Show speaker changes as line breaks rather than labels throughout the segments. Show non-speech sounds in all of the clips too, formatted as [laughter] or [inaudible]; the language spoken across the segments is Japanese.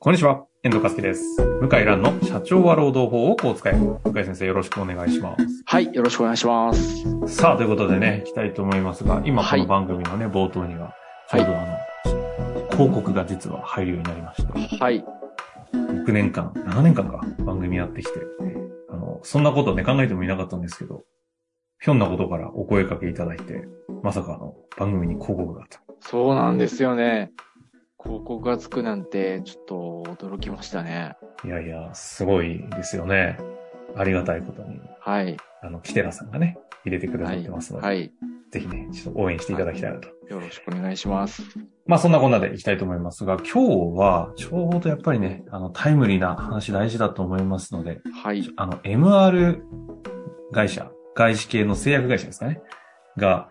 こんにちは、遠藤和樹です。向井蘭の社長は労働法をこう使え。向井先生、よろしくお願いしま
はい、よろしくお願いします。
す。さあ、ということでね、行きたいと思いますが、今こ
はい
の番組のね、冒頭には、ちょうどあの、広告が実は入るようになりました。
はい。
6年間、7年間か、番組やってきて、あの、そんなことね、考えてもいなかったんですけど、ひょんなことからお声掛けいただいて、まさかあの、番組に広告があった。
そうなんですよね。広告がつくなんて、ちょっと驚きましたね。
いやいや、すごいですよね。ありがたいことに、
はい。
あの、キテラさんがね、入れてくだ
は
さっ
い。
てますので、
はい。
ぜひね、ちょっと応援していただきたいなと。
よろしくお願いします。
まあそんなこんなでいきたいと思いますが、今日はちょうどやっぱりね、あのタイムリーな話大事だと思いますので、
はい。
あの MR 会社、外資系の製薬会社ですかね、が、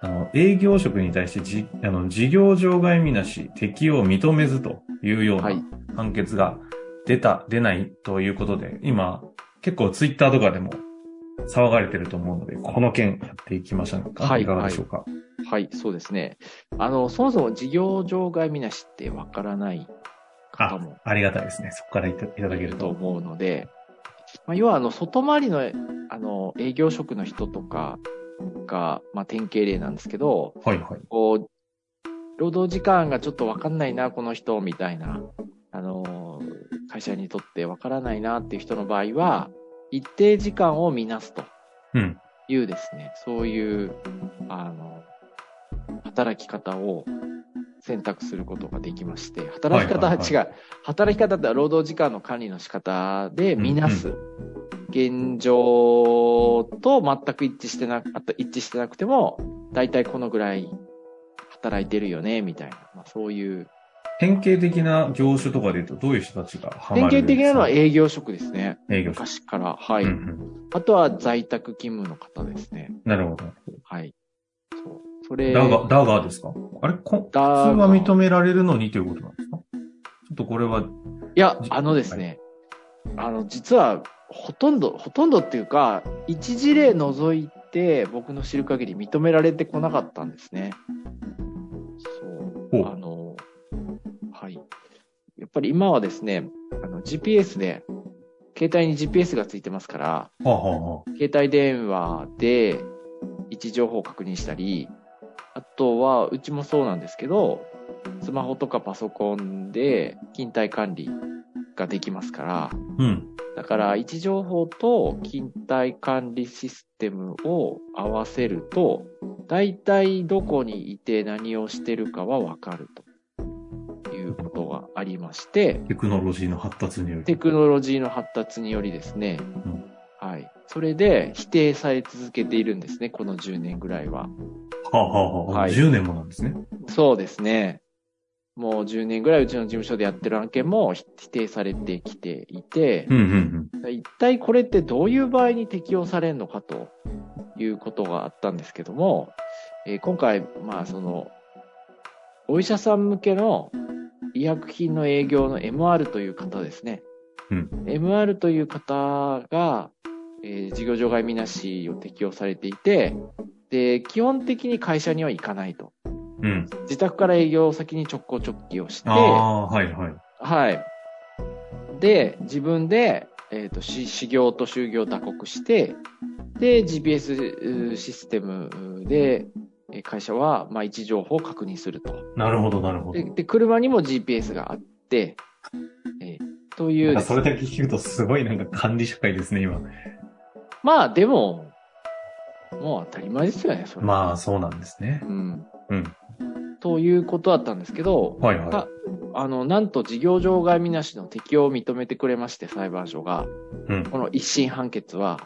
あの営業職に対してじあの事業場外見なし適用を認めずというよう
は。
ない判決が出た、出ないということで、今結構ツイッターとかでも騒がれてると思うので、この件やっていきましょうか。
はい
いかがでしょうか。
はい。そうですね。あの、そもそも事業場外みなしってわからない方
あ
も、
ありがたいですね。そこからいたいただ
い
ける
ると
と。
思うので、まあ、要は、あの、外回りの、あの、営業職の人とかが、まあ、典型例なんですけど、
はいはい。
こう、労働時間がちょっとわかんないな、この人、みたいな、あのー、会社にとってわからないなっていう人の場合は、一定時間を見なすと
うん。
いうですね、そういう、あの、働き方を選択することができまして、働き方は
は
違、
いうはい
働き方って労働時間の管理の仕方で見なす。現状と全く一致してなあと一致してなくても、だいたいこのぐらい働いてるよね、みたいな、まあ、そういう。
典型的な業種とかで言うと、どういう人たちがハ
典
マる
型的なのは
営
営業職ですね。
業者。
昔から。はい。
うんうん
あとは在宅勤務の方ですね。
なるほど。
はい。そう。それ。
ダガ、ダガーですかあれこ普通
ダーガ
は
ー
認められるのにということなんですかちょっとこれは、
いや
じ、
あのですね、あの、実は、ほとんど、ほとんどっていうか、一事例除いて、僕の知る限り認められてこなかったんですね。そ
ほう
う。あの、はい。やっぱり今はですね、あの、GPS で、携帯に GPS がついてますから、
はあ、はあはあ、
携帯電話で位置情報を確認したり、あとは、うちもそうなんですけど、スマホとかパソコンで勤怠管理ができますから、
うん。
だから位置情報と勤怠管理システムを合わせると、大体どこにいて何をしてるかはわかるということがありまして、
テクノロジーの発達により。
テクノロジーの発達によりですね、はい。それで否定され続けているんですね、この10年ぐらいは。
はあ、はあはあ、
はい
10年もなんですね。
そうですね。もう10年ぐらいうちの事務所でやってる案件も否定されてきていて
う、んうん
一体これってどういう場合に適用されるのかということがあったんですけども、えー今回、まあその、お医者さん向けの医薬品の営業の MR という方ですね。
うん、
MR という方が、えー事業場外みなしを適用されていて、で、基本的に会社には行かないと。
うん。うん。
自宅から営業先に直行直帰をして、
ああ、はいはい。
はい。で、自分で、えっ、と、し修行と就業を打刻して、で、GPS うーシステムうーで、えー会社は、まあ、位置情報を確認すると。
なるほど、なるほど
で、。で車にも GPS があって、えーとい
な
うん
か
です
それだけ聞くとすごいなんか管理社会ですね、今。
まあ、でも、もう当たり前ですよね、それ。
まあ、そうなんですね
あ。うん。
うん。
ということだったんですけど、
はいは
ああの、なんと事業場外みなしの適用を認めてくれまして、裁判所が。
い。うん。
この一審判決は、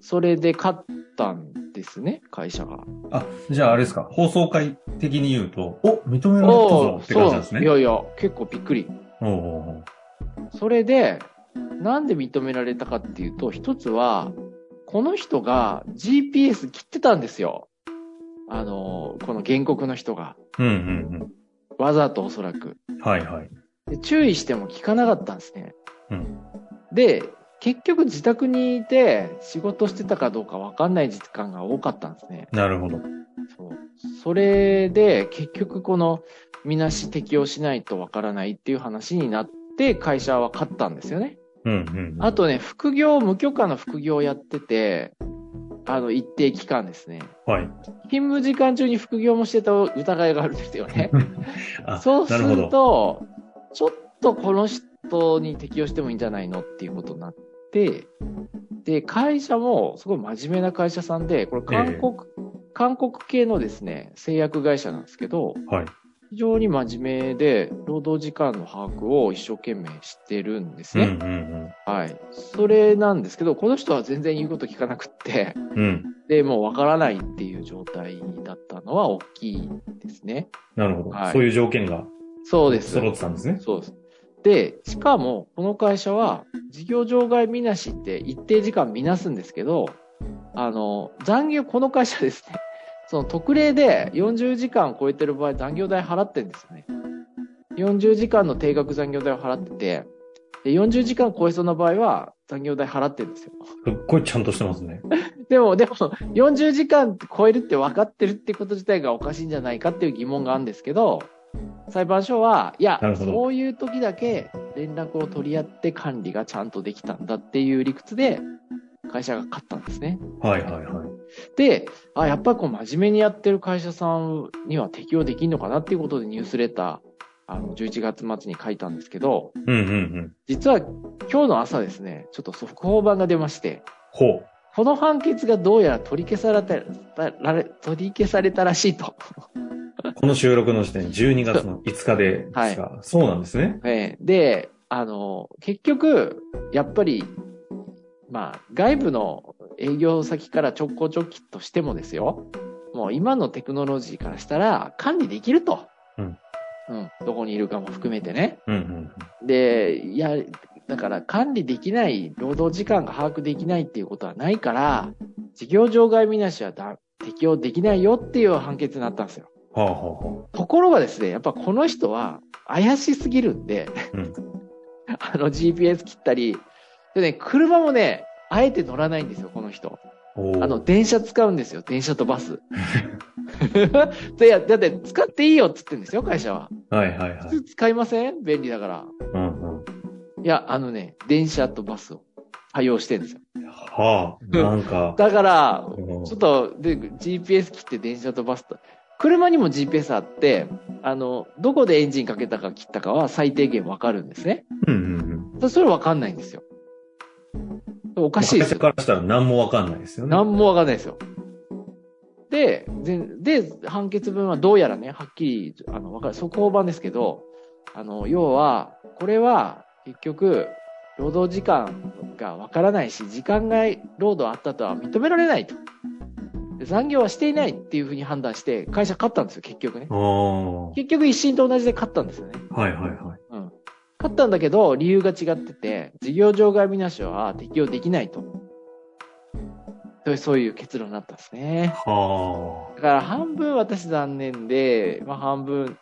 それで勝ったんですね、会社が。
あ、じゃああれですか、放送回的に言うと、お、認められたぞって感じなんです
い
ね。
やいや、結構びっくり。
おうおうおう
それで、なんで認められたかっていうと、一つは、この人が GPS 切ってたんですよ。あの、この原告の人が。
うんうん
わざとおそらく。
うん。はいはい。
で注意しても聞かなかったんですね。
うん
で、結局自宅にいて仕事してたかどうかわかんない時間が多かったんですね。
なるほど。
そう。それで、結局この、みなし適用しないとわからないっていう話になってって会社は勝ったんですよね。
うんうん。
あとね、副業、無許可の副業をやってて、あの、一定期間ですね。
はい。
勤務時間中に副業もしてた疑いがあるんですよね。
あ、
そうす
なるほ
る
ど。
と、ちょっとこの人に適用してもいいんじゃないのっていうことになって、で、会社もすごい真面目な会社さんで、これ韓国、韓国系のですね、製薬会社なんですけど、
はい。
非常に真面目で、労働時間の把握を一生懸命してるんです
うん
ね。
うん
はい。それなんですけど、この人は全然言うこと聞かなくって、 [laughs]
うん。うん。
で、もうわからないっていう状態だったのは大きいですね。
なるほど。
はい
そういう条件が
そうです。
揃ってたんですね。
そうです。で、しかも、この会社は、事業場外みなしって一定時間みなすんですけど、あの、残業、この会社ですね、その特例で40時間超えてる場合、残業代払ってるんですよね。40時間の定額残業代を払ってて、で40時間超えそうな場合は、残業代払ってるんですよ。
すっごいちゃんとしてますね。
でも、でも、40時間超えるって分かってるってこと自体がおかしいんじゃないかっていう疑問があるんですけど、裁判所は、いや
なる、ほど
そういう時だけ連絡を取り合って管理がちゃんとできたんだっていう理屈で、会社が勝ったんですね。
はいはいはい。
で、あ、やっぱりこう真面目にやってる会社さんには適用できるのかなっていうことでニュースレター、あの、11月末に書いたんですけど、
うんうんうん。
実は今日の朝ですね、ちょっと速報版が出まして、
ほ
この判決がどうやら取り消されたられ取り消されたらしいと。
う。この収録の時点、12月の5日
[laughs]
でですが、そうなんですね。
ええで、あの、結局、やっぱり、まあ、外部の営業先から直行直帰としてもですよ、もう今のテクノロジーからしたら管理できると。
うん。
うん。どこにいるかも含めてね。
うんうん。
で、いや、だから管理できない、労働時間が把握できないっていうことはないから、事業場外みなしはだ適用できないよっていう判決になったんですよ。
はあはあは
ところがですね、やっぱこの人は怪しすぎるんで、
うん
[laughs] あの GPS 切ったり、でね、車もね、あえて乗らないんですよ、この人。
あ。おー
あの、、電車使うんですよ、電車とバス。 [laughs] でいや、だって使っていいよっつってんですよ、会社は。
はいはいはい。
普通使いません便利だから。
うんうん。
いや、あのね、電車とバスを多用してるんですよ。
はあ。なんか、
だから、
うん
ちょっと、で、GPS 切って電車とバスと、車にも GPS あって、あの、どこでエンジンかけたか切ったかは最低限わかるんですね。
うんうんうん。
そそれわかんないんですよ。おかしいです
私
よ。
からしたら何もわかんないですよね。
なんもわかんないですよ。で、全で、判決文はどうやらね、はっきり、あの、わかる、速報版ですけど、あの、要は、これは、結局、労働時間がわからないし、時間外労働あったとは認められないと。で残業はしていないっていうふうに判断して、会社勝ったんですよ、結局ね。
ああ。は
結局、一審と同じで勝ったんですよね。
いはいはい。
うん。勝ったんだけど、理由が違ってて、事業場外みなしは適用できないと。というそういう結論になったんですね。
は
だから半分私残念で、まあ半分、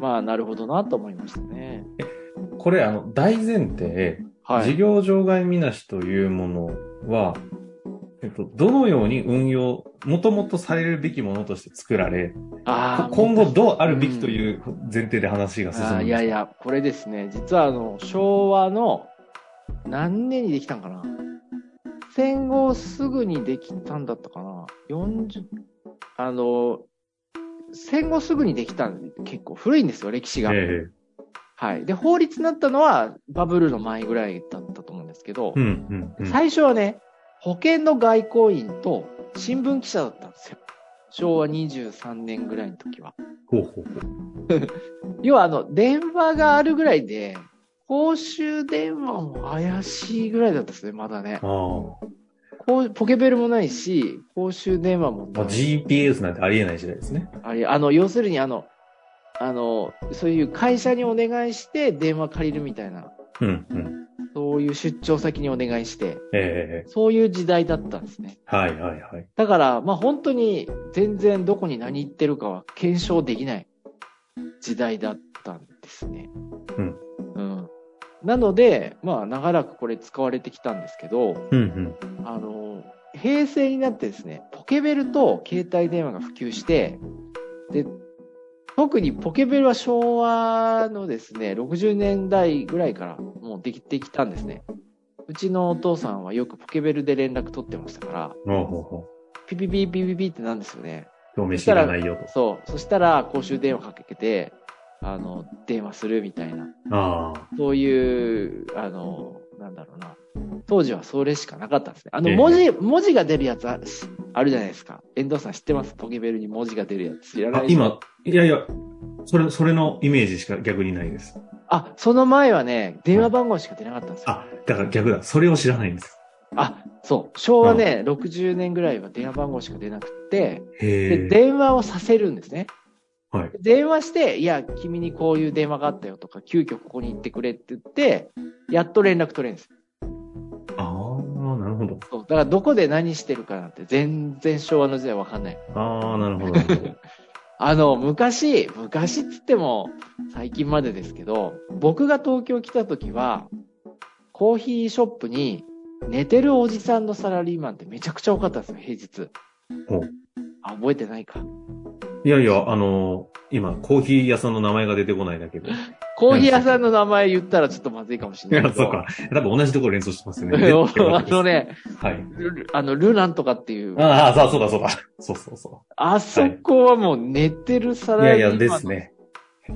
まあなるほどなと思いましたね。
あ。これ、あの、大前提、
は
事
い。
業場外みなしというものは、えっと、どのように運用、もともとされるべきものとして作られ、
あー
今後どうあるべきという前提で話が進むん
あ
です
ーいやいや、これですね、実はあの、昭和の何年にできたんかな戦後すぐにできたんだったかな ?40、あの、戦後すぐにできたんで、結構古いんですよ、歴史が。
え
はい。で、法律になったのはバブルの前ぐらいだったと思うんですけど
え、うん、うん、うん。
最初はね、保険の外交員と新聞記者だったんですよ。昭和23年ぐらいの時は。
ほうほうほう。
要はあの、電話があるぐらいで、公衆電話も怪しいぐらいだったですね、まだね。
あ
こうポケベルもないし、公衆電話も
あ。ま
な
あ、
い
GPS なんてありえない時代ですね。
あれ、あの、要するにあの、あの、そういう会社にお願いして電話借りるみたいな、
うん、うん。
そういう出張先にお願いして、
ええ
そういう時代だったんですね。
はいはいはい。
だから、まあ本当に全然どこに何言ってるかは検証できない時代だったんですね。
うん。
うん。なので、まあ長らくこれ使われてきたんですけど、
うん、うん。
あの、平成になってですね、ポケベルと携帯電話が普及して、で、特にポケベルは昭和のですね、60年代ぐらいからもうできてきたんですね。うちのお父さんはよくポケベルで連絡取ってましたから、
ほうほうほ
ピピピピピピってなんですよね。
う。今日飯いらないよ
そう。そしたら公衆電話かけて、あの、電話するみたいな。
と。ああ。
そういう、あの、なんだろうな。当時はそれしかなかったんですね。あの、
ええ
文字、文字が出るやつあるあるじゃないですか。遠藤さん知ってますポケベルに文字が出るやつ。知らな
あ
い、
今、いやいや、それ、それのイメージしか逆にないです。
あ、その前はね、電話番号しか出なかったんですよ。
あ、だから逆だ。それを知らないんです。
あ、そう。昭和ね、60年ぐらいは電話番号しか出なくて、で、
へえ。
電話をさせるんですね。
はい。
電話して、いや、君にこういう電話があったよとか、急遽ここに行ってくれって言って、やっと連絡取れるんですよ。
ああ、なるほど。
そう。だからどこで何してるかなんて全然昭和の時代わかんない。
ああ、なるほどなるほど。 [laughs]
あの、昔、昔っつっても最近までですけど、僕が東京来た時は、コーヒーショップに寝てるおじさんのサラリーマンってめちゃくちゃ多かったんですよ、平日
ほう。
あ、覚えてないか。
いやいや、あの今、コーヒー屋さんの名前が出てこないだけで。い
コーヒー屋さんの名前言ったらちょっとまずいかもしれない
や、
けど。
[laughs] そうか。多分同じところ連想してますよね。 [laughs]
[laughs] あのね、
はい。
ルあの、ルなんとかっていう、
ああ、そうそうだ、そうだ。そうそうそ
あそこはもう寝てるサ
う。いや
ラリ
い
ー
や、
マン
ですね。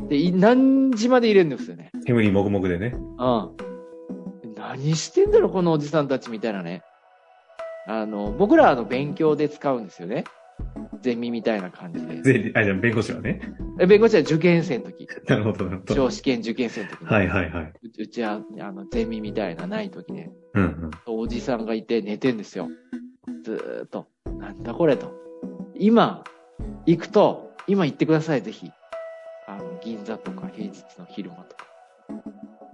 でい何時までいれるんですよね。
煙もぐもぐでね。
うん。何してんだろ、このおじさんたちみたいなね。あの、僕らあの、勉強で使うんですよね。ゼミみたいな感じで。
税理、あ、じゃあ弁護士はね。 [laughs]
え弁護士は受験生の時。
なるほど、なるほど。
司試験受験生の時、
はいはいはい。
ううちは、あの、ゼミみたいなない時ね。
うんうん。
おじさんがいて寝てんですよ。ずーっと。なんだこれと。今、行くと、今行ってください、ぜひ。あの、銀座とか平日の昼間とか、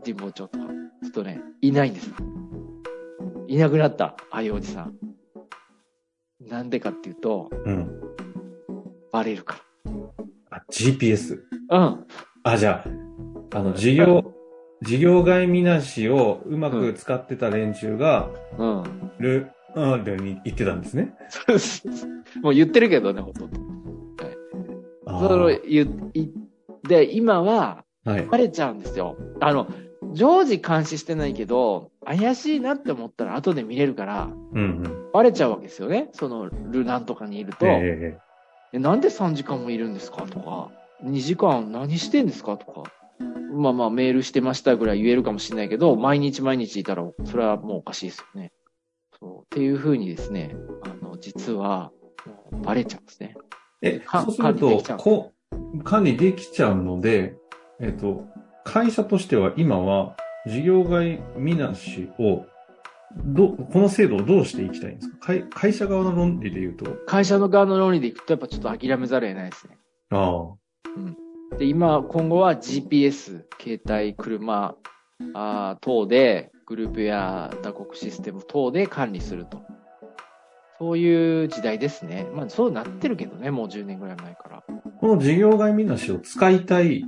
神保町とか、ちょっとね、いないんです。いなくなった、ああいうおじさん。なんでかっていうと、
うん。
バレるか
あ、GPS。
ら。うん。
あ、じゃあ、あの、事業、事業外みなしをうまく使ってた連中が、
うん。 [laughs]
ル、うん、ルに行ってたんですね。
そうですもう言ってるけどね、ほとんど。
あ
その
ー
言いで、今は、
はい。
バレちゃうんですよ。あの、常時監視してないけど、怪しいなって思ったら後で見れるから、
うんうん。
バレちゃうわけですよね。その、ルナンとかにいると、え
ええ
なんで3時間もいるんですかとか、2時間何してんですかとか、まあまあメールしてましたぐらい言えるかもしれないけど、毎日毎日いたら、それはもうおかしいですよね。そう。っていうふうにですね、あの、実は、もうバレちゃうんですね。
ええ。え、
か
そうする
管理で
と
きちゃ、う
こう、管理できちゃうので、えっと、会社としては今は、事業外みなしを、ど、この制度をどうしていきたいんですか会会社側の論理で言うと、
会社の側の論理でいくと、やっぱちょっと諦めざるを得ないですね。
あ
で、今、今後は GPS、携帯、車あー等で、グループや打刻システム等で管理すると。そういう時代ですね。まあ、そうなってるけどね、もう10年ぐらい前から。
あ、この事業外みなしを使いたい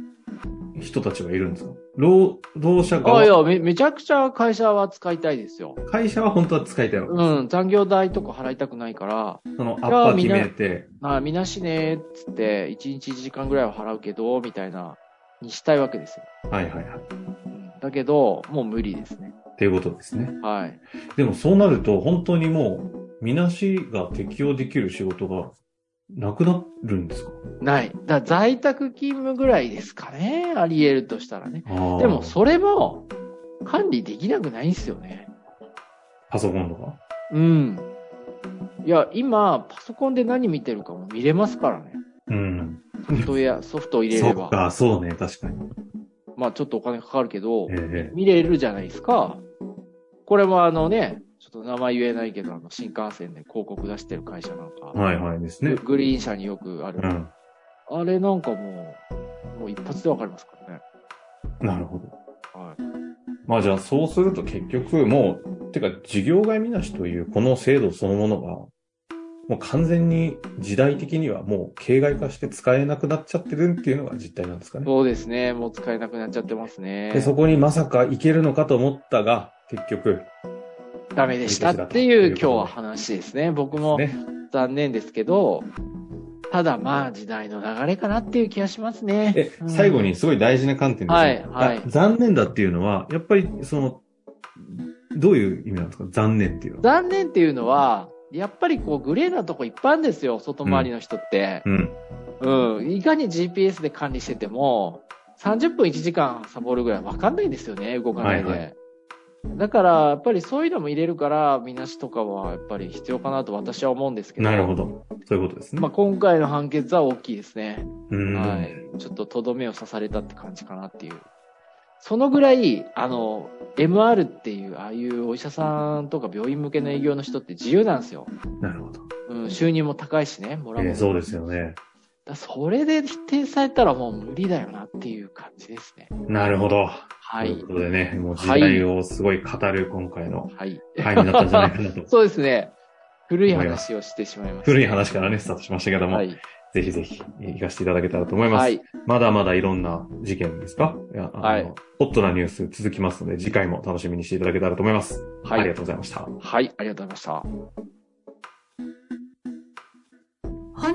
人たちはいるんですか労働者
ああ、い
側、
やめ、めちゃくちゃ会社は使いたいですよ。
会社は本当は使いたいわけです。
うん、残業代とか払いたくないから、
そのアッパー
み
決
んな
めて、
ああ、みなしね、っつって、1日1時間ぐらいは払うけど、みたいな、にしたいわけですよ。
はいはいはい。
うんだけど、もう無理ですね。
っていうことですね。
はい。
でもそうなると、本当にもう、みなしが適用できる仕事がなくなるんですか
ない。だから在宅勤務ぐらいですかね。あり得るとしたらね。
あー
でも、それも管理できなくないんですよね。
パソコンとか。
うん。いや、今、パソコンで何見てるかも見れますからね。
うん。
ソフトウ
[laughs]
ェア、ソフトを入れ
そ
れ
っ
ば。
か、そうね、確かに。
まあ、ちょっとお金かかるけど
え、え
見れるじゃないですか。これもあのね、ちょっと名前言えないけど、あの、新幹線で広告出してる会社なんか、
はいはいですね
グ。グリーン車によくある。
うん。
あれなんかもう、もう一発でわかりますからね。
なるほど。
はい。
まあじゃあそうすると結局もう、てか事業外みなしというこの制度そのものが、もう完全に時代的にはもう形骸化して使えなくなっちゃってるっていうのが実態なんですかね。
そうですね。もう使えなくなっちゃってますね
で、。そこにまさかいけるのかと思ったが、結局、
ダメでしたっていう今日は話ですね。僕も
ね。
残念ですけど、ただまあ時代の流れかなっていう気がしますね。
え
う、ん
最後にすごい大事な観点です、
はいはい
あ残念だっていうのは、やっぱりその、どういう意味なんですか残念っていうのは。
残念っていうのは、やっぱりこうグレーなとこいっぱいあるんですよ、外回りの人って。
うん。
うん、いかに GPS で管理してても、30分1時間サボるぐらいわかんないんですよね、動かないで。
はいは
だから、やっぱりそういうのも入れるから、みなしとかはやっぱり必要かなと私は思うんですけど。
なるほど。そういうことですね。
まあ、今回の判決は大きいですね。
うん。
はい。ちょっととどめを刺されたって感じかなっていう。そのぐらい、あの、MR っていう、ああいうお医者さんとか病院向けの営業の人って自由なんですよ。
なるほど。
うん、収入も高いしね、もらう
え
も
ー
ん。
そうですよね。
だそれで否定されたらもう無理だよなっていう感じですね。
なるほど。
は
とい。
いう
ことでね、もう時代をすごい語る今回の
はい。。
回になったんじゃないかなと
[laughs] そうですね。古い
思いま
話をしてしまいました。
古い話からね、スタートしましたけども、
はい。
ぜひぜひ、えー行かせていただけたらと思います。
はい。
まだまだいろんな事件ですかいやあの
はい
ホットなニュース続きますので、次回も楽しみにしていただけたらと思います。あ
は
りが
い。
とうございました。
はい。ありがとうございました。
本